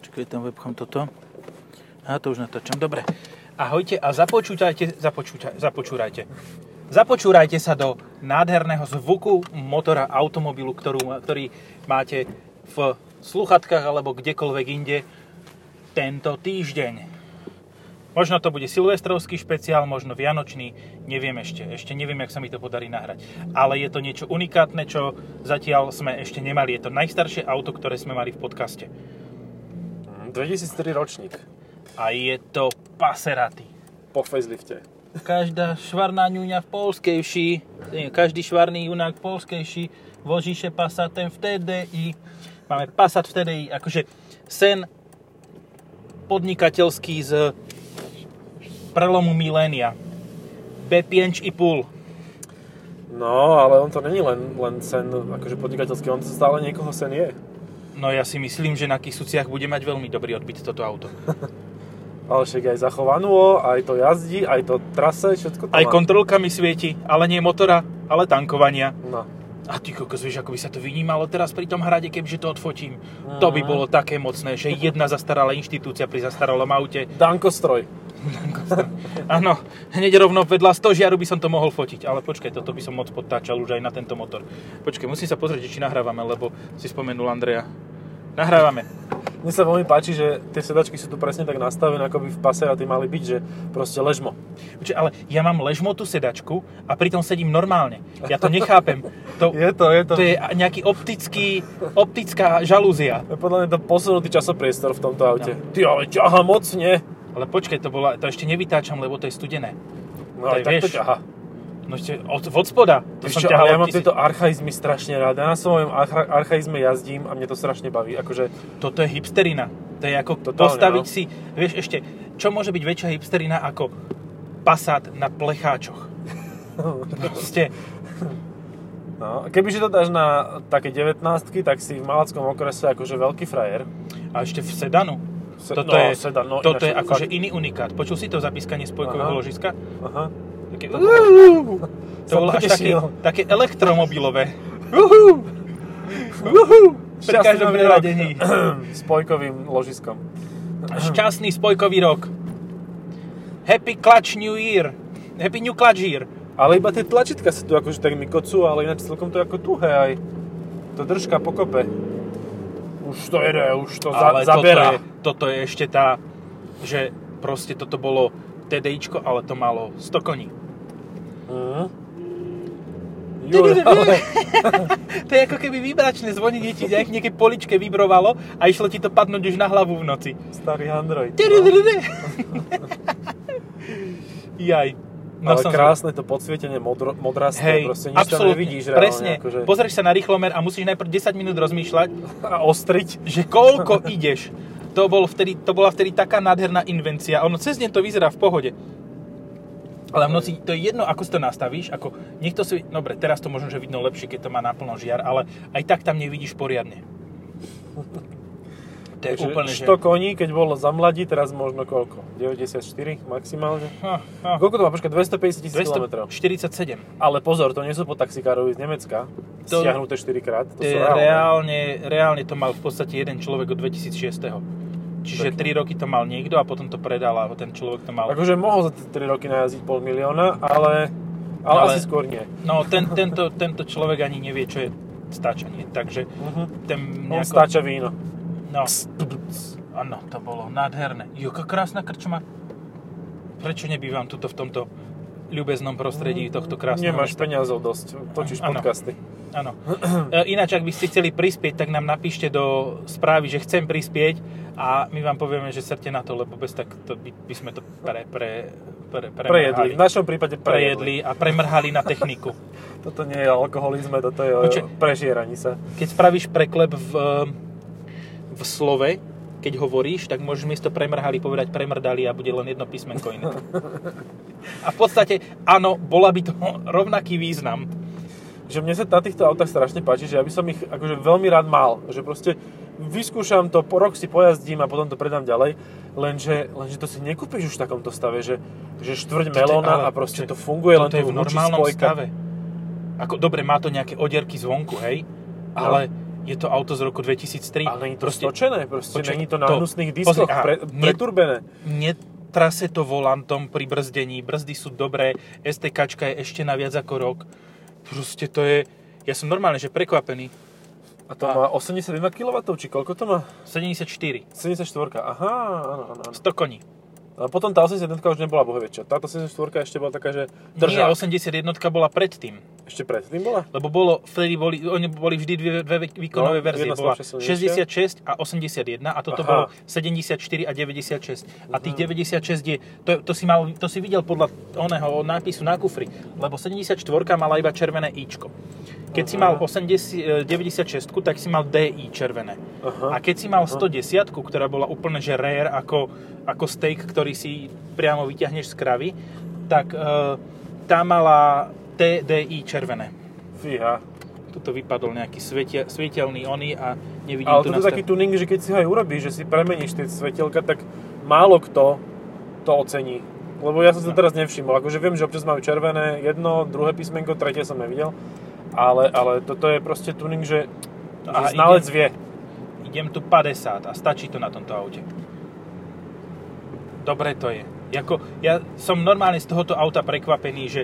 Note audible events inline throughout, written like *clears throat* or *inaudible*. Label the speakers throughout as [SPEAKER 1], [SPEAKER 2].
[SPEAKER 1] Počkaj, tam webcam toto. A to už natáčam. Dobre.
[SPEAKER 2] Ahojte a započútajte, započúta, započúrajte. Započúrajte sa do nádherného zvuku motora automobilu, ktorú, ktorý máte v sluchatkách alebo kdekoľvek inde tento týždeň. Možno to bude silvestrovský špeciál, možno vianočný, neviem ešte. Ešte neviem, jak sa mi to podarí nahrať. Ale je to niečo unikátne, čo zatiaľ sme ešte nemali. Je to najstaršie auto, ktoré sme mali v podcaste.
[SPEAKER 3] Hm, 2003 ročník
[SPEAKER 2] A je to Passerati.
[SPEAKER 3] po facelifte.
[SPEAKER 2] Každá švarná ňuňa v polskej vši, nie, každý švarný junák v polskej vši vožíše Passatem v TDI. Máme Passat v TDI, akože sen podnikateľský z prelomu milénia. B5,5.
[SPEAKER 3] No, ale on to není len, len sen akože podnikateľský, on to stále niekoho sen je.
[SPEAKER 2] No ja si myslím, že na Kisuciach bude mať veľmi dobrý odbyt toto auto.
[SPEAKER 3] Ale však aj zachovanú, aj to jazdí, aj to trase, všetko to
[SPEAKER 2] Aj
[SPEAKER 3] má.
[SPEAKER 2] kontrolka mi svieti, ale nie motora, ale tankovania.
[SPEAKER 3] No.
[SPEAKER 2] A ty kokos, vieš, ako by sa to vynímalo teraz pri tom hrade, kebyže to odfotím. To by bolo také mocné, že jedna zastaralá inštitúcia pri zastaralom aute.
[SPEAKER 3] Dankostroj.
[SPEAKER 2] Áno, hneď rovno vedľa stožiaru by som to mohol fotiť, ale počkaj, toto by som moc podtáčal už aj na tento motor. Počkaj, musím sa pozrieť, že či nahrávame, lebo si spomenul Andreja. Nahrávame.
[SPEAKER 3] Mne sa veľmi páči, že tie sedačky sú tu presne tak nastavené, ako by v Passerati mali byť, že proste ležmo.
[SPEAKER 2] Počkaj, ale ja mám ležmotú sedačku a pritom sedím normálne. Ja to nechápem. To,
[SPEAKER 3] Je to, je to.
[SPEAKER 2] to je nejaký optický, optická žalúzia.
[SPEAKER 3] Podľa mňa to posunutý časopriestor v tomto aute. No. Ty ale ťaha mocne.
[SPEAKER 2] Ale počkaj, to, bola, to ešte nevytáčam, lebo to je studené.
[SPEAKER 3] No
[SPEAKER 2] To je,
[SPEAKER 3] aj tak to
[SPEAKER 2] vieš,
[SPEAKER 3] ťaha.
[SPEAKER 2] No ešte od, od spoda. To
[SPEAKER 3] Vieš
[SPEAKER 2] som
[SPEAKER 3] čo,
[SPEAKER 2] ťahal
[SPEAKER 3] ale ja
[SPEAKER 2] od
[SPEAKER 3] mám
[SPEAKER 2] tisíc.
[SPEAKER 3] tieto archaizmy strašne rád. Ja na svojom archa- archaizme jazdím a mne to strašne baví. Akože
[SPEAKER 2] Toto je hipsterina. To je ako
[SPEAKER 3] Totálne,
[SPEAKER 2] postaviť
[SPEAKER 3] no.
[SPEAKER 2] si... Vieš ešte, čo môže byť väčšia hipsterina ako Passat na
[SPEAKER 3] *laughs*
[SPEAKER 2] plecháčoch? Proste,
[SPEAKER 3] No, a kebyže to dáš na také 19 tak si v malackom okrese akože veľký frajer.
[SPEAKER 2] a ešte v sedanu.
[SPEAKER 3] Se-
[SPEAKER 2] Toto
[SPEAKER 3] no,
[SPEAKER 2] je,
[SPEAKER 3] sedan, no,
[SPEAKER 2] toto
[SPEAKER 3] ináč
[SPEAKER 2] je
[SPEAKER 3] to-
[SPEAKER 2] akože
[SPEAKER 3] fakt.
[SPEAKER 2] iný unikát. Počul si to zapískanie spojkového
[SPEAKER 3] Aha.
[SPEAKER 2] ložiska?
[SPEAKER 3] Aha.
[SPEAKER 2] Také,
[SPEAKER 3] *laughs*
[SPEAKER 2] to
[SPEAKER 3] Som
[SPEAKER 2] bolo až také,
[SPEAKER 3] potešil.
[SPEAKER 2] také elektromobilové. Pri
[SPEAKER 3] Šťastný
[SPEAKER 2] každom
[SPEAKER 3] nový rok. *clears throat*
[SPEAKER 2] preradení.
[SPEAKER 3] S pojkovým ložiskom.
[SPEAKER 2] Šťastný spojkový rok. Happy Clutch New Year. Happy New Clutch Year.
[SPEAKER 3] Ale iba tie tlačítka sa tu akože tak mikocú, ale ináč celkom to je ako tuhé aj. To držka pokope. Už to jede, už to za-
[SPEAKER 2] toto je,
[SPEAKER 3] zaberá.
[SPEAKER 2] toto je ešte tá, že proste toto bolo TDIčko, ale to malo 100 koní.
[SPEAKER 3] Mhm. Joj, ale
[SPEAKER 2] To je ako keby vibračné zvonenie ti nejak nejaké poličke vibrovalo a išlo ti to padnúť už na hlavu v noci.
[SPEAKER 3] starý Android.
[SPEAKER 2] *laughs* Jaj.
[SPEAKER 3] No, ale
[SPEAKER 2] som
[SPEAKER 3] krásne to podsvietenie modro, modrasté,
[SPEAKER 2] Hej,
[SPEAKER 3] proste nič tam
[SPEAKER 2] absolútne,
[SPEAKER 3] nevidíš reálne.
[SPEAKER 2] presne.
[SPEAKER 3] Akože,
[SPEAKER 2] Pozrieš sa na rýchlomer a musíš najprv 10 minút rozmýšľať,
[SPEAKER 3] a ostriť.
[SPEAKER 2] že koľko ideš. To, bol vtedy, to bola vtedy taká nádherná invencia. Ono cez deň to vyzerá v pohode. Ale v noci to je jedno, ako si to nastavíš. Ako, niekto si, dobre, teraz to možno, že vidno lepšie, keď to má naplno žiar, ale aj tak tam nevidíš poriadne. To je
[SPEAKER 3] Takže
[SPEAKER 2] úplne, že...
[SPEAKER 3] 100 koní, keď bolo za mladí, teraz možno koľko? 94 maximálne?
[SPEAKER 2] Ha, ha.
[SPEAKER 3] Koľko to má? Počkaj, 250 tisíc kilometrov.
[SPEAKER 2] 247.
[SPEAKER 3] Ale pozor, to nie sú po taxikárovi z Nemecka,
[SPEAKER 2] To-
[SPEAKER 3] to... stiahnuté 4 krát. To
[SPEAKER 2] To je
[SPEAKER 3] sú reálne.
[SPEAKER 2] reálne, reálne to mal v podstate jeden človek od 2006. Čiže
[SPEAKER 3] Pekne.
[SPEAKER 2] 3 roky to mal niekto a potom to predal a ten človek to mal...
[SPEAKER 3] Akože mohol za 3 roky najazdiť pol milióna, ale, ale,
[SPEAKER 2] Ale-
[SPEAKER 3] asi skôr nie.
[SPEAKER 2] No, ten, tento, tento človek ani nevie, čo je stačanie, takže ten
[SPEAKER 3] Mhm. On stáča víno.
[SPEAKER 2] No, áno, to bolo nádherné. Joka krásna krčma. Prečo nebývam tuto v tomto ľubeznom prostredí tohto krásneho
[SPEAKER 3] Mm, Nemáš
[SPEAKER 2] mesta?
[SPEAKER 3] peniazov dosť, točíš
[SPEAKER 2] Áno.
[SPEAKER 3] podcasty.
[SPEAKER 2] Áno. E, Ináč, ak by ste chceli prispieť, tak nám napíšte do správy, že chcem prispieť a my vám povieme, že srte na to, lebo bez tak to by, by sme to pre, pre, pre,
[SPEAKER 3] Prejedli, v
[SPEAKER 2] prejedli.
[SPEAKER 3] našom prípade prejedli.
[SPEAKER 2] prejedli a premrhali na techniku.
[SPEAKER 3] Toto nie je alkoholizme, toto je o
[SPEAKER 2] Počkaj.
[SPEAKER 3] prežieraní sa.
[SPEAKER 2] Keď spravíš preklep v, v slove, keď hovoríš, tak môžeš miesto premrhali povedať premrdali a bude len jedno písmenko iné. A v podstate, áno, bola by to rovnaký význam.
[SPEAKER 3] že mne sa na týchto autách strašne páči, že ja by som ich akože veľmi rád mal, že proste vyskúšam to, po rok si pojazdím a potom to predám ďalej, lenže, lenže to si nekúpiš už v takomto stave, že, že štvrť
[SPEAKER 2] Toto je ale-
[SPEAKER 3] melóna a proste to funguje, len
[SPEAKER 2] toto
[SPEAKER 3] to
[SPEAKER 2] je v normálnom stave. Ako, dobre, má to nejaké odierky zvonku, hej? Ale je to auto z roku 2003.
[SPEAKER 3] Ale není to
[SPEAKER 2] Proste
[SPEAKER 3] stočené, proste
[SPEAKER 2] Počkaj,
[SPEAKER 3] není to na
[SPEAKER 2] to-
[SPEAKER 3] hnusných
[SPEAKER 2] pozri,
[SPEAKER 3] diskoch,
[SPEAKER 2] aha,
[SPEAKER 3] pre,
[SPEAKER 2] nie-
[SPEAKER 3] preturbené.
[SPEAKER 2] netrase to volantom pri brzdení, brzdy sú dobré, STK je ešte na viac ako rok. Proste to je, ja som normálne, že prekvapený.
[SPEAKER 3] A to má 81 kW, či koľko to má?
[SPEAKER 2] 74,
[SPEAKER 3] 74, aha, áno, áno, áno.
[SPEAKER 2] 100 koní.
[SPEAKER 3] A potom tá 81 už nebola bohoviečia. Táto 74 ešte bola taká, že
[SPEAKER 2] Nie,
[SPEAKER 3] držá.
[SPEAKER 2] 81 bola predtým.
[SPEAKER 3] Ešte predtým bola?
[SPEAKER 2] Lebo bolo, vtedy boli, oni boli vždy dve, dve výkonové
[SPEAKER 3] No,
[SPEAKER 2] verzie.
[SPEAKER 3] jedna
[SPEAKER 2] Bola 66
[SPEAKER 3] slabšia,
[SPEAKER 2] a 81 a toto
[SPEAKER 3] Aha.
[SPEAKER 2] bolo 74 a 96. A tých 96 je, to, to, si mal, to si videl podľa oného nápisu na kufri, lebo 74 mala iba červené ičko. Keď si mal 80, eh, 96, tak si mal DI červené. A
[SPEAKER 3] Aha.
[SPEAKER 2] keď si mal 110, ktorá bola úplne že rare, ako, ako steak, ktorý si priamo vyťahneš z kravy, tak e, tá mala TDI červené.
[SPEAKER 3] Fíha.
[SPEAKER 2] Tuto vypadol nejaký svietia, svietelný oný a nevidím tu
[SPEAKER 3] Ale toto je
[SPEAKER 2] nastav-
[SPEAKER 3] taký tuning, že keď si ho aj urobíš, že si premeníš tie svetelka, tak málo kto to ocení. Lebo ja som
[SPEAKER 2] No.
[SPEAKER 3] sa teraz nevšimol. Akože viem, že občas majú červené jedno, druhé písmenko, tretie som nevidel. Ale, ale toto je proste tuning, že, že
[SPEAKER 2] A
[SPEAKER 3] znalec
[SPEAKER 2] ide-
[SPEAKER 3] vie.
[SPEAKER 2] Idem tu 50 a stačí to na tomto aute. Dobre to je. Jako, ja som normálne z tohoto auta prekvapený, že,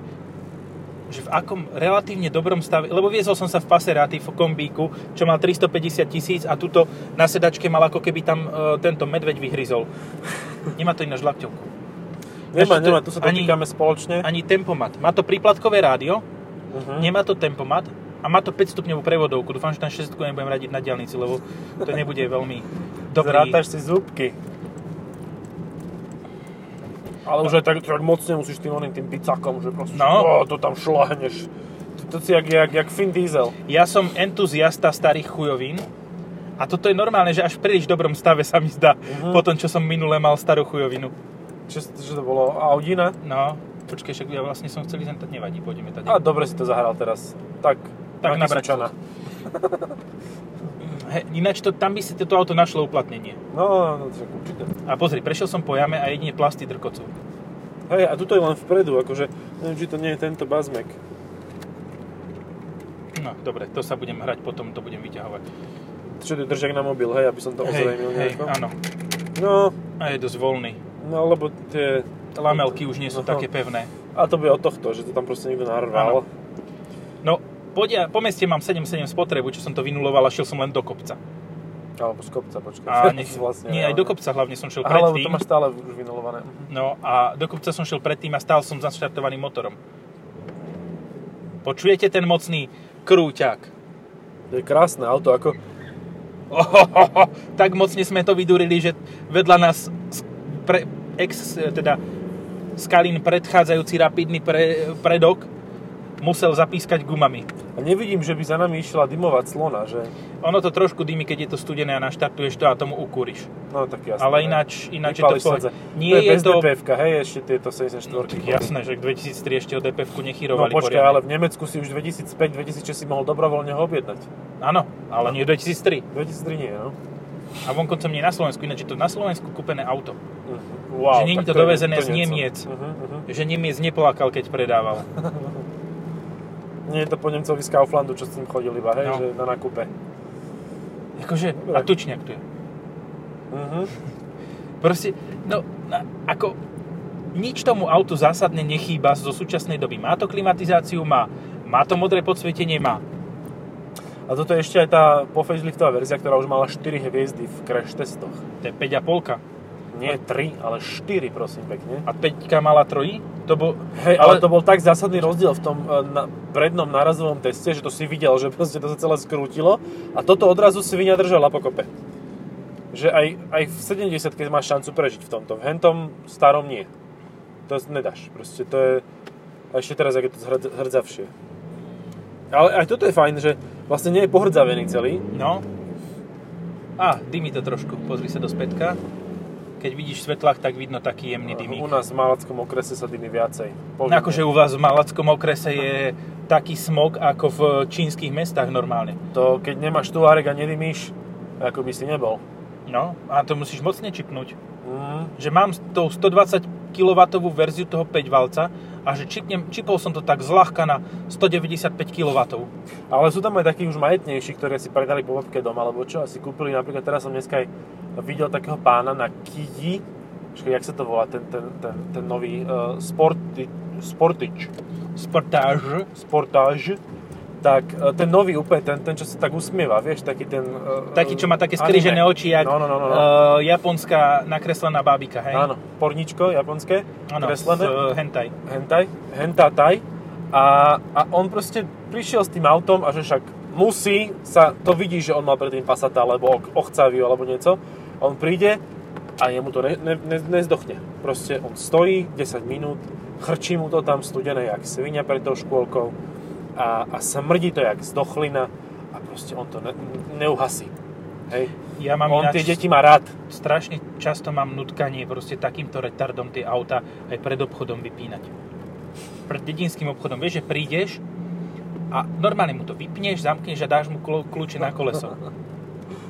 [SPEAKER 2] že v akom relatívne dobrom stave, lebo viezol som sa v Passerati v kombíku, čo mal 350 tisíc a tuto na sedačke mal ako keby tam e, tento medveď vyhryzol. Nemá to ináč lakťovku.
[SPEAKER 3] Nemá,
[SPEAKER 2] Ešte to-
[SPEAKER 3] nemá, tu sa
[SPEAKER 2] ani-
[SPEAKER 3] dotýkame spoločne.
[SPEAKER 2] Ani tempomat. Má to príplatkové rádio,
[SPEAKER 3] Mhm.
[SPEAKER 2] nemá to tempomat a má to 5 stupňovú prevodovku. Dúfam, že tam 6 nebudem radiť na diálnici, lebo to nebude veľmi dobrý.
[SPEAKER 3] Zrátaš si zúbky. Ale už aj tak, tak moc nemusíš tým oným tým bicákom, že proste,
[SPEAKER 2] No.
[SPEAKER 3] no. to tam šlahneš. To, to si jak, jak, jak Finn Diesel.
[SPEAKER 2] Ja som entuziasta starých chujovín a toto je normálne, že až v príliš dobrom stave sa mi zdá
[SPEAKER 3] Mhm.
[SPEAKER 2] po tom, čo som minule mal starú chujovinu.
[SPEAKER 3] Čo, čo to bolo? Audina?
[SPEAKER 2] No, počkej, však ja vlastne som chcel ísť, tak nevadí, pôjdeme tady.
[SPEAKER 3] A dobre si to zahral teraz. Tak,
[SPEAKER 2] Tak na
[SPEAKER 3] Kysučana.
[SPEAKER 2] He, ináč to, tam by si toto auto našlo uplatnenie.
[SPEAKER 3] No, no, tak určite.
[SPEAKER 2] A pozri, prešiel som po jame a jedine plasty drkocov.
[SPEAKER 3] Hej, a tuto je len vpredu, akože, neviem, či to nie je tento bazmek.
[SPEAKER 2] No, dobre, to sa budem hrať, potom to budem vyťahovať.
[SPEAKER 3] Čo to je držak na mobil, hej, aby som to ozrejmil
[SPEAKER 2] hej,
[SPEAKER 3] nejako.
[SPEAKER 2] áno.
[SPEAKER 3] No,
[SPEAKER 2] A je dosť voľný.
[SPEAKER 3] no, lebo tie...
[SPEAKER 2] Lamelky už nie sú
[SPEAKER 3] Aha.
[SPEAKER 2] také pevné.
[SPEAKER 3] A to bude od tohto, že to tam proste niekto narval.
[SPEAKER 2] No, po, dia- po meste mám 7,7 spotrebu, čo som to vynuloval a šiel som len do kopca.
[SPEAKER 3] Alebo z kopca, počkaj. *laughs*
[SPEAKER 2] A nech,
[SPEAKER 3] Vlastne,
[SPEAKER 2] nie,
[SPEAKER 3] ale-
[SPEAKER 2] aj do kopca hlavne som šiel
[SPEAKER 3] Aha, lebo
[SPEAKER 2] predtým.
[SPEAKER 3] to máš stále už vynulované.
[SPEAKER 2] No a do kopca som šiel predtým a stál som zaštartovaným motorom. Počujete ten mocný krúťak? *laughs*
[SPEAKER 3] To je krásne auto, ako...
[SPEAKER 2] Ohohoho, tak mocne sme to vydurili, že vedľa nás s- pre, ex, teda Skalin predchádzajúci rapidný pre, predok musel zapískať gumami.
[SPEAKER 3] A nevidím, že by za nami išla dymová clona, že...
[SPEAKER 2] Ono to trošku dými, keď je to studené a naštartuješ to a tomu ukúriš.
[SPEAKER 3] No tak jasné.
[SPEAKER 2] Ale
[SPEAKER 3] hej.
[SPEAKER 2] ináč, ináč je to
[SPEAKER 3] Vypáliš
[SPEAKER 2] v pohode.
[SPEAKER 3] srdce.
[SPEAKER 2] Nie
[SPEAKER 3] to je
[SPEAKER 2] je
[SPEAKER 3] bez
[SPEAKER 2] to...
[SPEAKER 3] DPF-ka, hej, ešte tieto 74
[SPEAKER 2] No, tak *laughs* jasné, že k 2003 ešte o DPF-ku
[SPEAKER 3] No
[SPEAKER 2] nechyrovali
[SPEAKER 3] počkaj,
[SPEAKER 2] poriadne.
[SPEAKER 3] ale v Nemecku si už 2005-2006 si mohol dobrovoľne ho objednať.
[SPEAKER 2] Áno, ale
[SPEAKER 3] No.
[SPEAKER 2] nie 2003.
[SPEAKER 3] 2003 nie, no.
[SPEAKER 2] A vonkoncom nie na Slovensku, ináč je to na Slovensku kúpené auto.
[SPEAKER 3] Mhm.
[SPEAKER 2] Že
[SPEAKER 3] Wow,
[SPEAKER 2] nie je
[SPEAKER 3] tak
[SPEAKER 2] to
[SPEAKER 3] je-
[SPEAKER 2] dovezené
[SPEAKER 3] je
[SPEAKER 2] z
[SPEAKER 3] niečo.
[SPEAKER 2] Niemiec.
[SPEAKER 3] Mhm, mhm.
[SPEAKER 2] Že Nemiec neplakal, keď
[SPEAKER 3] *laughs*
[SPEAKER 2] predával.
[SPEAKER 3] Nie je to po Nemcovi z Kauflandu, čo s tým chodil iba, hej,
[SPEAKER 2] No.
[SPEAKER 3] že na nákupe.
[SPEAKER 2] Akože,
[SPEAKER 3] Dobre.
[SPEAKER 2] a tučňak tu je.
[SPEAKER 3] Mhm.
[SPEAKER 2] Proste, no, na- ako, nič tomu autu zásadne nechýba zo súčasnej doby. Má to klimatizáciu, má, má to modré podsvietenie, má.
[SPEAKER 3] A toto je ešte aj tá pofaceliftová verzia, ktorá už mala 4 hviezdy v crash testoch.
[SPEAKER 2] To je 5,5.
[SPEAKER 3] Nie 3, ale 4, prosím pekne.
[SPEAKER 2] A 5 mala trojí? To bol,
[SPEAKER 3] Hej, ale, to bol tak zásadný rozdiel v tom e, na, prednom nárazovom teste, že to si videl, že proste to sa celé skrútilo a toto odrazu svinia držala pokope. Že aj, aj v 70 keď máš šancu prežiť v tomto, v hentom starom nie. To nedáš, proste to je... A ešte teraz, ak je to zhrd- hrdzavšie. Ale aj toto je fajn, že vlastne nie je pohrdzavý celý.
[SPEAKER 2] No. A, dymí to trošku. Pozri sa do spätka. Keď vidíš v svetlách, tak vidno taký jemný
[SPEAKER 3] U
[SPEAKER 2] dymík.
[SPEAKER 3] nás v Malackom okrese sa dymi viacej.
[SPEAKER 2] No, akože u vás v Malackom okrese je taký smog ako v čínskych mestách normálne.
[SPEAKER 3] To, keď nemáš tulárek a nedymíš, ako by si nebol.
[SPEAKER 2] No, a to musíš mocne čipnúť.
[SPEAKER 3] Mm.
[SPEAKER 2] Že mám s tou 120 kW verziu toho 5 valca a že čipnem, čipol som to tak zľahka na 195 kW.
[SPEAKER 3] Ale sú tam aj takí už majetnejší, ktorí si predali po babke doma, alebo čo, asi kúpili, napríklad teraz som dneska aj videl takého pána na Kiji, Počkaj, jak sa to volá, ten, ten, ten, ten nový uh, sporty, sportič,
[SPEAKER 2] Sportáž.
[SPEAKER 3] sportáž, tak e, ten nový úplne, ten, ten, čo sa tak usmieva, vieš, taký ten... e,
[SPEAKER 2] Taký, čo má také
[SPEAKER 3] anime.
[SPEAKER 2] skrižené oči, jak
[SPEAKER 3] No, no, no, no. no.
[SPEAKER 2] eh, japonská nakreslená bábika, hej?
[SPEAKER 3] Áno, porničko japonské,
[SPEAKER 2] Áno,
[SPEAKER 3] kreslené.
[SPEAKER 2] z, eh, hentai.
[SPEAKER 3] hentai, hentataj a, a on proste prišiel s tým autom a že však musí sa, to vidí, že on mal predtým Passata alebo ok- ochcaviu alebo niečo, a on príde a jemu to ne, ne, ne, nezdochne. Proste on stojí 10 minút, chrčí mu to tam studené jak svinia pred tou škôlkou a, a smrdí to jak zdochlina a proste on to ne, neuhasí. Hej.
[SPEAKER 2] Ja mám
[SPEAKER 3] On
[SPEAKER 2] ináč-
[SPEAKER 3] tie deti má rád.
[SPEAKER 2] strašne často mám nutkanie proste takýmto retardom tie auta aj pred obchodom vypínať. Pred dedinským obchodom, vieš, že prídeš a normálne mu to vypneš, zamkneš a dáš mu klo- kľúče na koleso.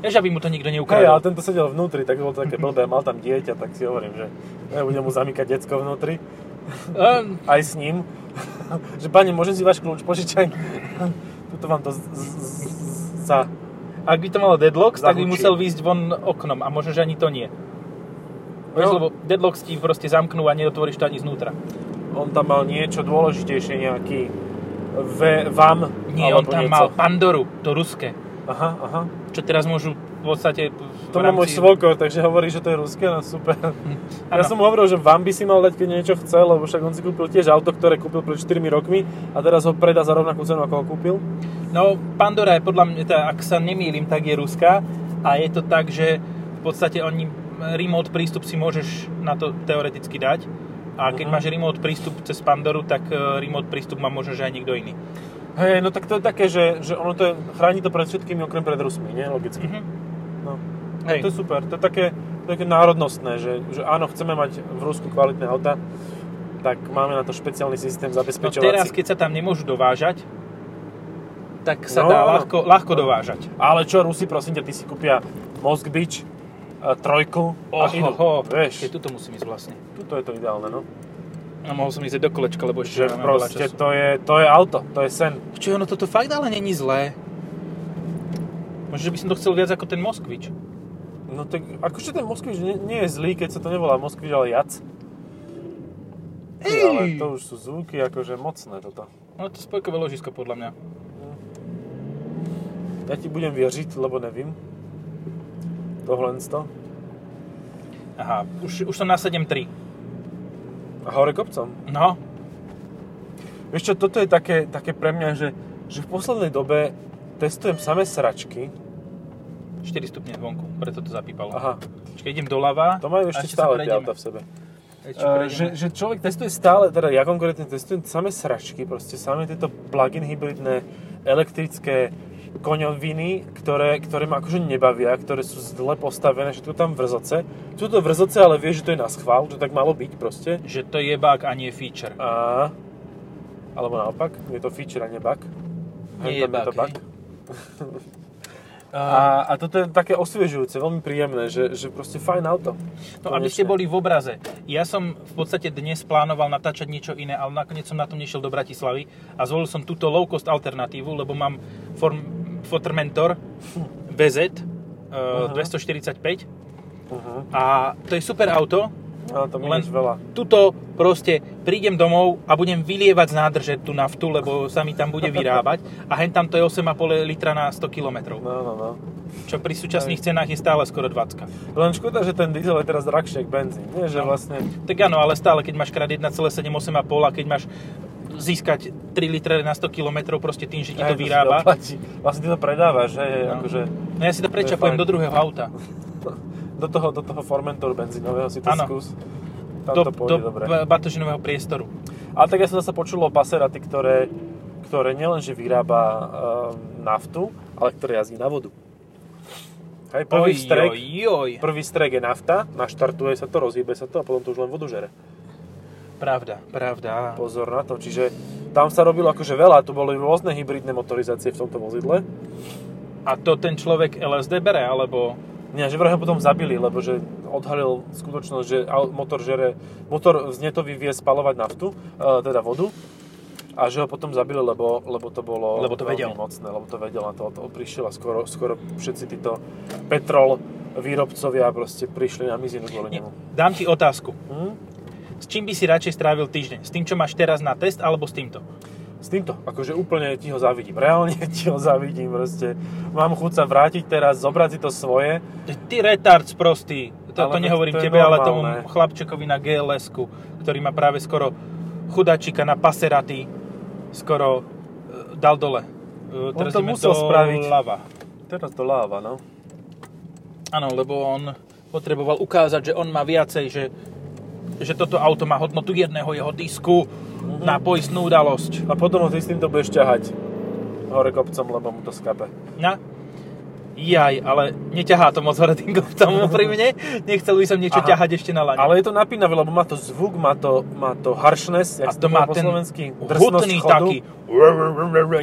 [SPEAKER 2] Vieš, aby mu to nikto
[SPEAKER 3] Hej, ale
[SPEAKER 2] neukradol.
[SPEAKER 3] tento sedel vnútri, tak bolo to také blbé, mal tam dieťa, tak si hovorím, že nebudem mu zamykať decko vnútri,
[SPEAKER 2] Ehm,
[SPEAKER 3] aj s ním. *laughs* že pani, môžem si váš kľúč požičať? *laughs* Tuto vám to z, z, z, za...
[SPEAKER 2] ak by to malo deadlocks, tak by
[SPEAKER 3] Zahučí.
[SPEAKER 2] musel výjsť von oknom a možno, že ani to nie. Vieš,
[SPEAKER 3] No.
[SPEAKER 2] lebo deadlocks ti proste zamknú a neotvoríš to ani znútra.
[SPEAKER 3] On tam mal niečo dôležitejšie, nejaký v, vám.
[SPEAKER 2] Nie, on
[SPEAKER 3] alebo
[SPEAKER 2] tam
[SPEAKER 3] nieco.
[SPEAKER 2] mal Pandoru, to ruské,
[SPEAKER 3] Aha, aha.
[SPEAKER 2] čo teraz môžu v podstate... v-
[SPEAKER 3] To
[SPEAKER 2] v
[SPEAKER 3] má
[SPEAKER 2] rámci- Hm.
[SPEAKER 3] môj svokor, takže hovorí, že to je ruské, no super. *laughs* Ja
[SPEAKER 2] Áno.
[SPEAKER 3] som mu hovoril, že vám by si mal dať, keď niečo chce, lebo však on si kúpil tiež auto, ktoré kúpil pred 4 rokmi a teraz ho predá za rovnakú cenu, ako ho kúpil.
[SPEAKER 2] No, Pandora je podľa mňa, teda, ak sa nemýlim, tak je ruská a je to tak, že v podstate oni remote prístup si môžeš na to teoreticky dať a keď
[SPEAKER 3] Mhm.
[SPEAKER 2] máš remote prístup cez Pandoru, tak e, remote prístup má možno, že aj niekto iný.
[SPEAKER 3] Hej, no tak to je také, že, že ono to je, chráni to pred všetkými, okrem pred Rusmi, nie? Logicky.
[SPEAKER 2] Mhm.
[SPEAKER 3] No.
[SPEAKER 2] Hej.
[SPEAKER 3] To je super, to je také, také národnostné, že, že áno, chceme mať v Rusku kvalitné auta, tak máme na to špeciálny systém
[SPEAKER 2] No teraz,
[SPEAKER 3] zabezpečovací.
[SPEAKER 2] keď sa tam nemôžu dovážať, tak sa
[SPEAKER 3] No,
[SPEAKER 2] dá
[SPEAKER 3] áno.
[SPEAKER 2] ľahko, ľahko dovážať.
[SPEAKER 3] Ale čo, Rusi, prosím ťa, ty si kúpia Mosk Beach, a trojku a idú.
[SPEAKER 2] Keď
[SPEAKER 3] Vieš,
[SPEAKER 2] tuto musím ísť vlastne.
[SPEAKER 3] tuto je to ideálne, no.
[SPEAKER 2] No mohol som ísť aj do kolečka, lebo ešte
[SPEAKER 3] Že
[SPEAKER 2] máme veľa
[SPEAKER 3] proste
[SPEAKER 2] času.
[SPEAKER 3] to je, to je auto, to je sen.
[SPEAKER 2] Čo, ono toto fakt ale není zlé. Možno, že by som to chcel viac ako ten Moskvič.
[SPEAKER 3] No tak akože ten Moskvič nie, nie je zlý, keď sa to nevolá Moskvič, ale jac.
[SPEAKER 2] Ej!
[SPEAKER 3] Ale to už sú zvuky akože mocné toto.
[SPEAKER 2] No to spojkové ložisko podľa mňa.
[SPEAKER 3] Ja ti budem veriť, lebo nevím. Tohle to.
[SPEAKER 2] Aha, už, už som na 7.3.
[SPEAKER 3] A hore kopcom.
[SPEAKER 2] No,
[SPEAKER 3] Vieš čo, toto je také, také pre mňa, že, že v poslednej dobe testujem samé sračky.
[SPEAKER 2] 4 stupne vonku, preto to zapípalo.
[SPEAKER 3] Aha,
[SPEAKER 2] Čiže idem doľava.
[SPEAKER 3] to majú
[SPEAKER 2] a
[SPEAKER 3] ešte
[SPEAKER 2] sa
[SPEAKER 3] stále tie
[SPEAKER 2] prejdeme.
[SPEAKER 3] auta v sebe.
[SPEAKER 2] Ešte
[SPEAKER 3] Uh,
[SPEAKER 2] prejdeme.
[SPEAKER 3] že, že človek testuje stále, teda ja konkrétne testujem samé sračky, proste samé tieto plug-in hybridné elektrické koňoviny, ktoré, ktoré ma akože nebavia, ktoré sú zle postavené, všetko tam vrzoce. Sú to vrzoce, ale vieš, že to je na schvál, že tak malo byť proste.
[SPEAKER 2] že to je bug a nie feature.
[SPEAKER 3] A... Alebo naopak, je to feature a nie bug.
[SPEAKER 2] Nie je
[SPEAKER 3] Tam to
[SPEAKER 2] bug, hej. *laughs*
[SPEAKER 3] a, a toto je také osviežujúce, veľmi príjemné, že, že proste fajn auto.
[SPEAKER 2] No, aby ste
[SPEAKER 3] Konečne.
[SPEAKER 2] boli v obraze. Ja som v podstate dnes plánoval natáčať niečo iné, ale nakoniec som na tom nešiel do Bratislavy a zvolil som túto low cost alternatívu, lebo mám form, Formentor eh, VZ uh, 245
[SPEAKER 3] Uh-huh.
[SPEAKER 2] a to je super auto,
[SPEAKER 3] No, to mi
[SPEAKER 2] Mhm. Len-
[SPEAKER 3] Len... veľa.
[SPEAKER 2] tuto proste prídem domov a budem vylievať z nádrže tú naftu, lebo sa mi tam bude vyrábať a hen tam to je 8,5 litra na 100 km,
[SPEAKER 3] No, no, no.
[SPEAKER 2] čo pri súčasných cenách je stále skoro 20.
[SPEAKER 3] Len škoda, že ten diesel je teraz drahší ako benzín. Nie,
[SPEAKER 2] No.
[SPEAKER 3] že vlastne...
[SPEAKER 2] Tak áno, ale stále, keď máš krát 1,7, 8,5 a keď máš získať 3 litre na 100 km proste tým, že ti
[SPEAKER 3] Aj,
[SPEAKER 2] to
[SPEAKER 3] si
[SPEAKER 2] vyrába.
[SPEAKER 3] doplatí. Vlastne ty to predávaš, hej, no.
[SPEAKER 2] No.
[SPEAKER 3] akože *laughs*
[SPEAKER 2] No ja si to prečapujem
[SPEAKER 3] fajn.
[SPEAKER 2] do druhého auta.
[SPEAKER 3] do toho, do toho Formentoru benzínového si to
[SPEAKER 2] Áno.
[SPEAKER 3] skús. Tam
[SPEAKER 2] Do,
[SPEAKER 3] to
[SPEAKER 2] do
[SPEAKER 3] pôjde dobre.
[SPEAKER 2] b- batožinového priestoru.
[SPEAKER 3] Ale tak ja som zase počul o Passerati, ktoré, ktoré nielenže vyrába um, naftu, ale ktoré jazdí na vodu. Hej, prvý
[SPEAKER 2] Oj,
[SPEAKER 3] strek,
[SPEAKER 2] joj, joj.
[SPEAKER 3] prvý strek je nafta, naštartuje sa to, rozhýbe sa to a potom to už len vodu žere.
[SPEAKER 2] Pravda, pravda.
[SPEAKER 3] Pozor na to, čiže tam sa robilo akože veľa, tu boli rôzne hybridné motorizácie v tomto vozidle.
[SPEAKER 2] A to ten človek LSD bere, alebo...
[SPEAKER 3] Nie, že vraj ho potom zabili, lebo že odhalil skutočnosť, že au- motor, žere, motor z netový vie spalovať naftu, e, teda vodu, a že ho potom zabili, lebo, lebo to bolo
[SPEAKER 2] Lebo to
[SPEAKER 3] veľmi
[SPEAKER 2] vedel.
[SPEAKER 3] mocné, lebo to vedel na to, to prišiel a skoro, skoro všetci títo petrol výrobcovia proste prišli na mizinu
[SPEAKER 2] Nie,
[SPEAKER 3] kvôli nemu.
[SPEAKER 2] Dám ti otázku.
[SPEAKER 3] Hm?
[SPEAKER 2] S čím by si radšej strávil týždeň? S tým, čo máš teraz na test, alebo s týmto?
[SPEAKER 3] S týmto, akože úplne ti ho závidím, reálne *laughs* ti ho závidím proste. Mám chuť sa vrátiť teraz, zobrať si to svoje,
[SPEAKER 2] Ty retard prostý. To,
[SPEAKER 3] Ale
[SPEAKER 2] to
[SPEAKER 3] veď
[SPEAKER 2] nehovorím
[SPEAKER 3] to je
[SPEAKER 2] tebe, ale tomu
[SPEAKER 3] normálne.
[SPEAKER 2] chlapčekovi na GLS-ku, ktorý má práve skoro chudačika na paseraty, skoro e, dal dole. E,
[SPEAKER 3] On
[SPEAKER 2] teraz
[SPEAKER 3] to
[SPEAKER 2] ideme
[SPEAKER 3] musel
[SPEAKER 2] do
[SPEAKER 3] spraviť.
[SPEAKER 2] Lava.
[SPEAKER 3] teraz to láva, no.
[SPEAKER 2] Áno, lebo on potreboval ukázať, že on má viacej, že, že toto auto má hodnotu jedného jeho disku
[SPEAKER 3] Mhm.
[SPEAKER 2] na poistnú udalosť.
[SPEAKER 3] A potom ho ty s týmto budeš ťahať hore kopcom, lebo mu to skape.
[SPEAKER 2] Na? Jaj, ale neťahá to moc hore tým
[SPEAKER 3] *laughs*
[SPEAKER 2] kopcom, úprimne. Nechcel by som niečo
[SPEAKER 3] Aha.
[SPEAKER 2] ťahať ešte na lani.
[SPEAKER 3] Ale je to napínavé, lebo má to zvuk, má to, má to harshness, jak
[SPEAKER 2] a
[SPEAKER 3] sa
[SPEAKER 2] to má
[SPEAKER 3] povie po
[SPEAKER 2] ten
[SPEAKER 3] slovensky, drsnosť
[SPEAKER 2] hutný
[SPEAKER 3] chodu.
[SPEAKER 2] taký,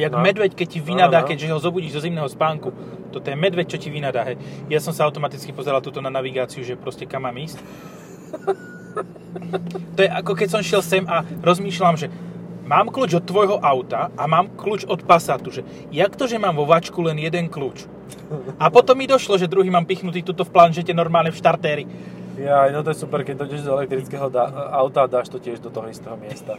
[SPEAKER 2] jak
[SPEAKER 3] No.
[SPEAKER 2] medveď, keď ti vynadá,
[SPEAKER 3] Áno.
[SPEAKER 2] keďže ho zobudíš zo zimného spánku. Toto je medveď, čo ti vynadá. Hej. Ja som sa automaticky pozeral tuto na navigáciu, že proste kam mám
[SPEAKER 3] *laughs*
[SPEAKER 2] ísť. to je ako keď som šiel sem a rozmýšľam, že mám kľúč od tvojho auta a mám kľúč od Passatu. Že jak to, že mám vo vačku len jeden kľúč? A potom mi došlo, že druhý mám pichnutý tuto v planžete normálne v štartéri.
[SPEAKER 3] Jaj, no to je super, keď dojdeš do elektrického da- auta a dáš to tiež do toho istého miesta.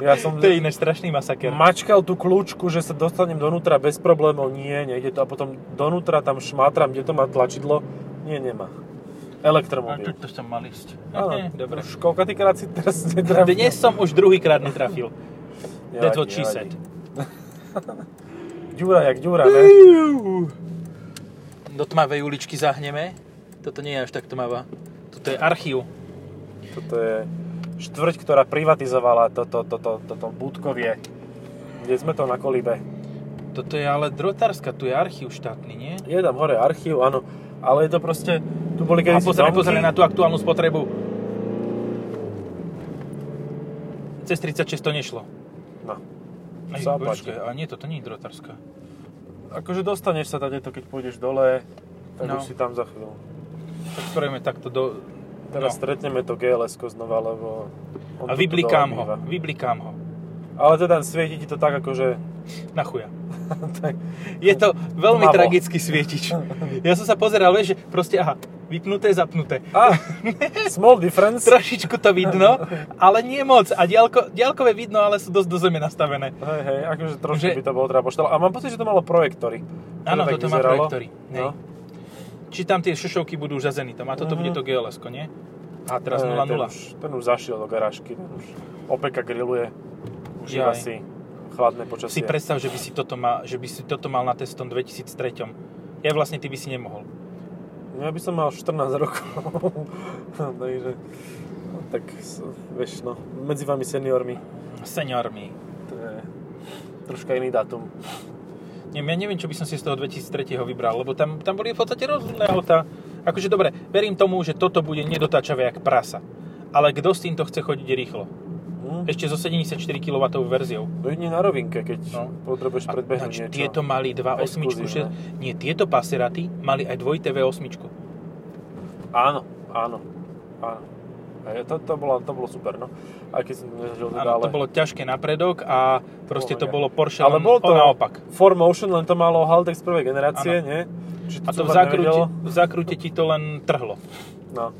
[SPEAKER 3] Ja som
[SPEAKER 2] *laughs* To je iné strašný masaker.
[SPEAKER 3] mačkal tú kľúčku, že sa dostanem donútra bez problémov. Nie, nejde to. A potom donútra tam šmátram, kde to má tlačidlo. Nie, nemá.
[SPEAKER 2] A
[SPEAKER 3] Elektromobil.
[SPEAKER 2] tu, tu som mal ísť.
[SPEAKER 3] Áno,
[SPEAKER 2] dobre.
[SPEAKER 3] Už koľkatýkrát si teraz netrafil?
[SPEAKER 2] Dnes som už druhýkrát netrafil.
[SPEAKER 3] Jaj,
[SPEAKER 2] That's what she
[SPEAKER 3] jaj.
[SPEAKER 2] said.
[SPEAKER 3] Ďura, jak ďura, ne?
[SPEAKER 2] Do tmavej uličky zahneme. Toto nie je až tak tmavá. Toto je archív.
[SPEAKER 3] Toto je štvrť, ktorá privatizovala toto, toto, toto budkovie. Kde sme to na kolíbe.
[SPEAKER 2] Toto je ale drotárska, tu je archív štátny, nie?
[SPEAKER 3] Je tam hore archív, áno. Ale je to proste... Tu boli
[SPEAKER 2] A
[SPEAKER 3] kedysi
[SPEAKER 2] pozrieme,
[SPEAKER 3] domky.
[SPEAKER 2] pozrieme na tú aktuálnu spotrebu. Cez 36 to nešlo.
[SPEAKER 3] No.
[SPEAKER 2] Ej,
[SPEAKER 3] Sa
[SPEAKER 2] počkaj,
[SPEAKER 3] páči.
[SPEAKER 2] a nie, toto nie je drotárska.
[SPEAKER 3] Akože dostaneš sa tadeto, keď pôjdeš dole, tak
[SPEAKER 2] No.
[SPEAKER 3] už si tam za chvíľu.
[SPEAKER 2] Tak spravíme takto do... No.
[SPEAKER 3] Teraz stretneme to gls znova, lebo... on
[SPEAKER 2] A
[SPEAKER 3] tu- tu
[SPEAKER 2] vyblikám
[SPEAKER 3] dole
[SPEAKER 2] ho,
[SPEAKER 3] býva.
[SPEAKER 2] vyblikám ho.
[SPEAKER 3] Ale teda svieti ti to tak, akože...
[SPEAKER 2] Na chuja. *laughs*
[SPEAKER 3] tak,
[SPEAKER 2] Je to veľmi
[SPEAKER 3] Tmavo.
[SPEAKER 2] tragický svietič. Ja som sa pozeral, vieš, že proste, aha, vypnuté, zapnuté. *laughs*
[SPEAKER 3] ah, small difference.
[SPEAKER 2] Trošičku to vidno, ale nie moc. A diálko, diálkové vidno, ale sú dosť do zeme nastavené.
[SPEAKER 3] Hej, hej, akože trošku
[SPEAKER 2] Že-
[SPEAKER 3] by to bolo treba poštalo. A mám pocit, že to malo projektory.
[SPEAKER 2] Áno,
[SPEAKER 3] tak
[SPEAKER 2] toto má
[SPEAKER 3] vyzeralo.
[SPEAKER 2] projektory, hej.
[SPEAKER 3] No.
[SPEAKER 2] Či tam tie šošovky budú už za zenitom. A toto
[SPEAKER 3] Mhm.
[SPEAKER 2] bude to gls nie? A teraz
[SPEAKER 3] Ne, Ten
[SPEAKER 2] 0,0.
[SPEAKER 3] už, ten už zašiel do garážky, ten už opeka grilluje. Užíva
[SPEAKER 2] Jaj.
[SPEAKER 3] si chladné
[SPEAKER 2] Si
[SPEAKER 3] počasie.
[SPEAKER 2] predstav, že by si toto mal, že by si toto mal na testom 2003. Ja vlastne ty by si nemohol.
[SPEAKER 3] No ja by som mal 14 rokov. *laughs* Takže... no, Tak, s- vieš, no, medzi vami seniormi.
[SPEAKER 2] Seniormi.
[SPEAKER 3] To je troška iný dátum.
[SPEAKER 2] Nie, ja neviem, čo by som si z toho 2003 vybral, lebo tam, tam boli v podstate rozumné autá. Akože dobre, verím tomu, že toto bude nedotačavé jak prasa. Ale kto s týmto chce chodiť rýchlo?
[SPEAKER 3] Hm?
[SPEAKER 2] Ešte so 74 kW verziou.
[SPEAKER 3] No jedine na rovinke, keď
[SPEAKER 2] No.
[SPEAKER 3] potrebuješ
[SPEAKER 2] A
[SPEAKER 3] predbehnúť
[SPEAKER 2] ináč
[SPEAKER 3] niečo.
[SPEAKER 2] tieto mali 2.8,
[SPEAKER 3] Exkluzívne.
[SPEAKER 2] že... nie, tieto paseraty mali aj dvojité V8.
[SPEAKER 3] Áno, áno, áno. A je- to, to, bolo, to bolo super, no. Aj keď som to nezažil teda,
[SPEAKER 2] Áno,
[SPEAKER 3] ale...
[SPEAKER 2] to bolo ťažké napredok a proste to
[SPEAKER 3] Pohoda.
[SPEAKER 2] bolo Porsche
[SPEAKER 3] ale
[SPEAKER 2] len
[SPEAKER 3] bol to
[SPEAKER 2] naopak.
[SPEAKER 3] 4Motion, len to malo Haldex prvej generácie, nie? Čiže
[SPEAKER 2] A to v
[SPEAKER 3] super
[SPEAKER 2] zákrute,
[SPEAKER 3] nevedelo.
[SPEAKER 2] v zákrute ti to len trhlo.
[SPEAKER 3] No.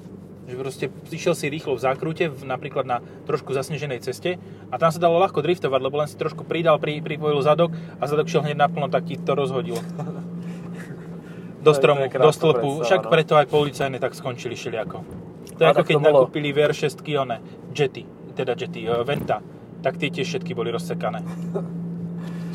[SPEAKER 2] Že proste išiel si rýchlo v zákrute, v, napríklad na trošku zasneženej ceste a tam sa dalo ľahko driftovať, lebo len si trošku pridal, pri, pripojil zadok a zadok šiel hneď naplno, tak ti to
[SPEAKER 3] *laughs*
[SPEAKER 2] rozhodilo. Do
[SPEAKER 3] To je- to je
[SPEAKER 2] stromu,
[SPEAKER 3] krásna
[SPEAKER 2] do stĺpu,
[SPEAKER 3] predstava,
[SPEAKER 2] však
[SPEAKER 3] no.
[SPEAKER 2] preto aj policajné tak skončili šeliako. To je
[SPEAKER 3] A
[SPEAKER 2] ako
[SPEAKER 3] tak to
[SPEAKER 2] keď
[SPEAKER 3] bolo.
[SPEAKER 2] nakúpili VR6 one, Jety, teda Jety, e, Venta, tak tie tiež všetky boli rozsekané.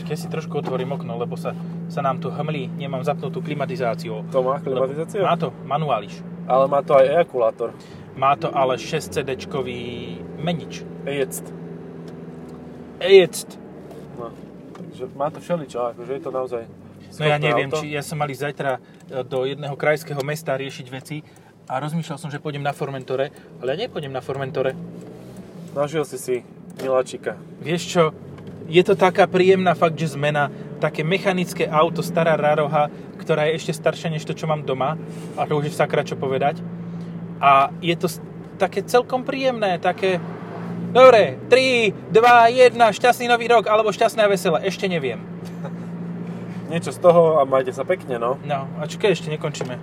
[SPEAKER 2] Keď si trošku otvorím okno, lebo sa, sa nám tu hmlí, nemám zapnutú klimatizáciu.
[SPEAKER 3] To má klimatizáciu?
[SPEAKER 2] Má to, manuáliš.
[SPEAKER 3] Ale má to aj ejakulátor.
[SPEAKER 2] Má to ale 6 CD-čkový menič.
[SPEAKER 3] Eject.
[SPEAKER 2] Ejecť.
[SPEAKER 3] No. Takže má to všeličo, akože je to naozaj
[SPEAKER 2] No ja
[SPEAKER 3] schopné
[SPEAKER 2] neviem,
[SPEAKER 3] auto.
[SPEAKER 2] či ja som mal ísť zajtra e, do jedného krajského mesta riešiť veci a rozmýšľal som, že pôjdem na Formentore, ale ja nepôjdem na Formentore.
[SPEAKER 3] Nažil si si miláčika.
[SPEAKER 2] Vieš čo, je to taká príjemná fakt, že zmena, také mechanické auto, stará raroha, ktorá je ešte staršia než to, čo mám doma, a to už je sakra čo povedať. A je to s- také celkom príjemné, také... Dobre, 3, 2, 1, šťastný nový rok, alebo šťastné a veselé, ešte neviem.
[SPEAKER 3] Niečo z toho a majte sa pekne, no.
[SPEAKER 2] No, a čo keď ešte nekončíme?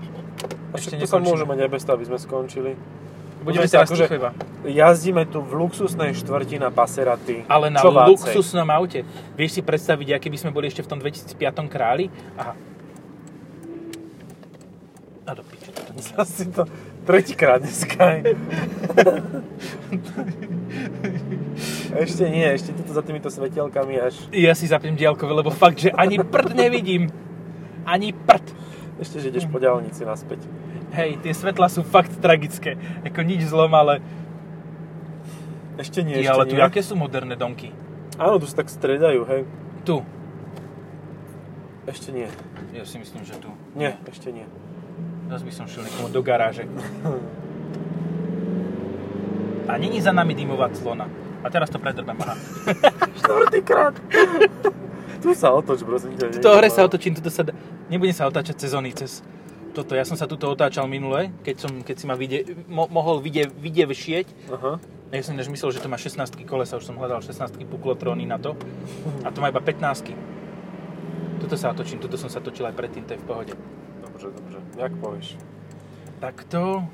[SPEAKER 3] A
[SPEAKER 2] Ešte
[SPEAKER 3] však to sa
[SPEAKER 2] nekončíme.
[SPEAKER 3] môžeme aj bez toho, aby sme skončili.
[SPEAKER 2] Budeme
[SPEAKER 3] sa
[SPEAKER 2] teraz
[SPEAKER 3] akože-
[SPEAKER 2] ticho iba.
[SPEAKER 3] Jazdíme tu v luxusnej štvrti na Paseraty.
[SPEAKER 2] Ale na
[SPEAKER 3] Čo vácej?
[SPEAKER 2] luxusnom aute. Vieš si predstaviť, aký by sme boli ešte v tom 2005 králi? Aha. A do piče, toto nie je.
[SPEAKER 3] *laughs* Asi to tretíkrát dneska. aj. ešte nie, ešte tuto za týmito svetelkami až.
[SPEAKER 2] Ja si zapnem diaľkové, lebo fakt, že ani prd nevidím. Ani prd.
[SPEAKER 3] Ešte, že ideš po diálnici naspäť.
[SPEAKER 2] Hej, tie svetla sú fakt tragické. Ako nič zlom, ale...
[SPEAKER 3] Ešte nie,
[SPEAKER 2] Ty,
[SPEAKER 3] ešte
[SPEAKER 2] ale
[SPEAKER 3] nie.
[SPEAKER 2] tu, aké sú moderné domky?
[SPEAKER 3] Áno, tu sa tak stredajú, hej.
[SPEAKER 2] Tu.
[SPEAKER 3] Ešte nie.
[SPEAKER 2] Ja si myslím, že tu.
[SPEAKER 3] Nie, ešte nie.
[SPEAKER 2] Zas by som šiel niekomu do garáže. A není za nami dymová clona. A teraz to predrbem, aha.
[SPEAKER 3] Štvrtýkrát. *laughs* tu sa otoč, prosím ťa.
[SPEAKER 2] V toho hre sa otočím, tuto sa... dá- Nebudem sa otáčať cez ony, cez toto. Ja som sa tuto otáčal minule, keď, som, keď si ma vide, mo, mohol vide, videvšieť.
[SPEAKER 3] Aha.
[SPEAKER 2] Ja som než myslel, že to má 16 kolesa, už som hľadal 16 puklotróny na to. A to má iba 15 Tuto sa otočím, tuto som sa točil aj predtým, to je v pohode.
[SPEAKER 3] Dobre, dobre. Jak povieš.
[SPEAKER 2] Takto.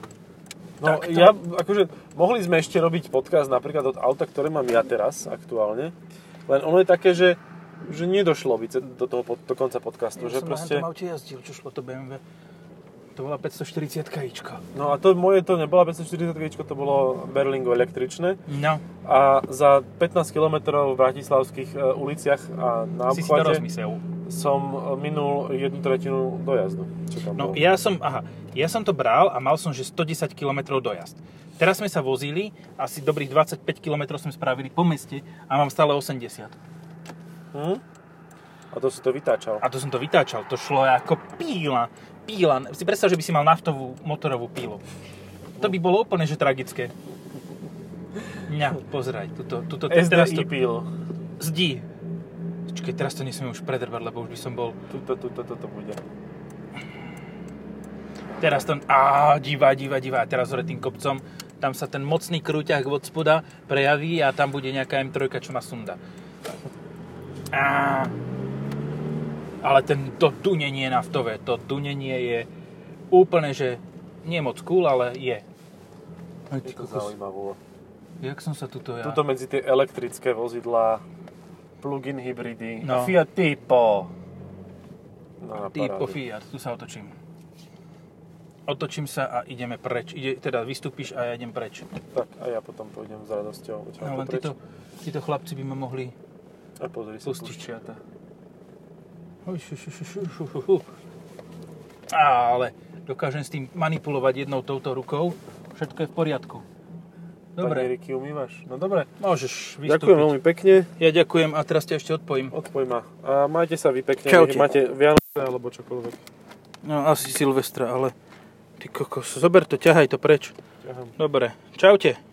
[SPEAKER 3] No,
[SPEAKER 2] Takto.
[SPEAKER 3] ja, akože, mohli sme ešte robiť podcast napríklad od auta, ktoré mám ja teraz aktuálne, len ono je také, že, že nedošlo by ce- do toho pod, do konca podcastu, že
[SPEAKER 2] som
[SPEAKER 3] proste,
[SPEAKER 2] na tom aute jazdil, čo šlo to BMW. To bola 540 ička.
[SPEAKER 3] no a to moje to nebola 540 to bolo Berlingo električné
[SPEAKER 2] No,
[SPEAKER 3] a za 15 km v bratislavských e, uliciach a na
[SPEAKER 2] si si to
[SPEAKER 3] obchvate
[SPEAKER 2] rozmyslel.
[SPEAKER 3] som e, minul jednu tretinu dojazdu, čo tam
[SPEAKER 2] No
[SPEAKER 3] bolo.
[SPEAKER 2] ja som, aha, ja som to bral a mal som, že 110 km dojazd. Teraz sme sa vozili, asi dobrých 25 km sme spravili po meste a mám stále 80.
[SPEAKER 3] Hm? A to si to vytáčal.
[SPEAKER 2] A to som to vytáčal, to šlo ako píla, píla. Si predstav, že by si mal naftovú motorovú pílu. To by bolo úplne, že tragické. Mňa, pozeraj, tuto, tuto, teraz
[SPEAKER 3] SDI
[SPEAKER 2] to
[SPEAKER 3] pil.
[SPEAKER 2] zdi. Čakaj, teraz to nesmieme už predrbať, lebo už by som bol...
[SPEAKER 3] Tuto, tuto, toto bude.
[SPEAKER 2] Teraz ten... Á, divá, divá, divá. A teraz hore tým kopcom, tam sa ten mocný krúťah od spoda prejaví a tam bude nejaká M3, čo ma sunda. Á, ale ten, to dunenie naftové, to dunenie je úplne, že nie moc cool, ale je. Aj,
[SPEAKER 3] Je to zaujímavé.
[SPEAKER 2] jak som sa tuto ja...
[SPEAKER 3] Tuto medzi tie elektrické vozidlá, plug-in hybridy,
[SPEAKER 2] No.
[SPEAKER 3] no. Fiat Tipo. No, na
[SPEAKER 2] Ty
[SPEAKER 3] parádu.
[SPEAKER 2] po Fiat, tu sa otočím. Otočím sa a ideme preč. Ide, teda vystúpiš a ja idem preč.
[SPEAKER 3] Tak a ja potom pôjdem s radosťou.
[SPEAKER 2] No,
[SPEAKER 3] No,
[SPEAKER 2] len títo, títo chlapci by ma mohli
[SPEAKER 3] A pozri si
[SPEAKER 2] pustiť.
[SPEAKER 3] puščiata.
[SPEAKER 2] Oj, šu, šu, šu, šu, šu, šu, šu. Á, Ale dokážem s tým manipulovať jednou touto rukou. Všetko je v poriadku.
[SPEAKER 3] Pani
[SPEAKER 2] Dobre,
[SPEAKER 3] Riky, umývaš? No dobre.
[SPEAKER 2] môžeš vystúpiť.
[SPEAKER 3] Ďakujem veľmi pekne.
[SPEAKER 2] Ja ďakujem a teraz ťa ešte odpojím.
[SPEAKER 3] Odpoj ma. A majte sa vy pekne.
[SPEAKER 1] Čaute.
[SPEAKER 3] nech Máte Vianoce alebo čokoľvek.
[SPEAKER 1] No asi Silvestra, ale... Ty kokos, zober to, ťahaj to preč.
[SPEAKER 3] Ťahám.
[SPEAKER 1] Dobre, čaute.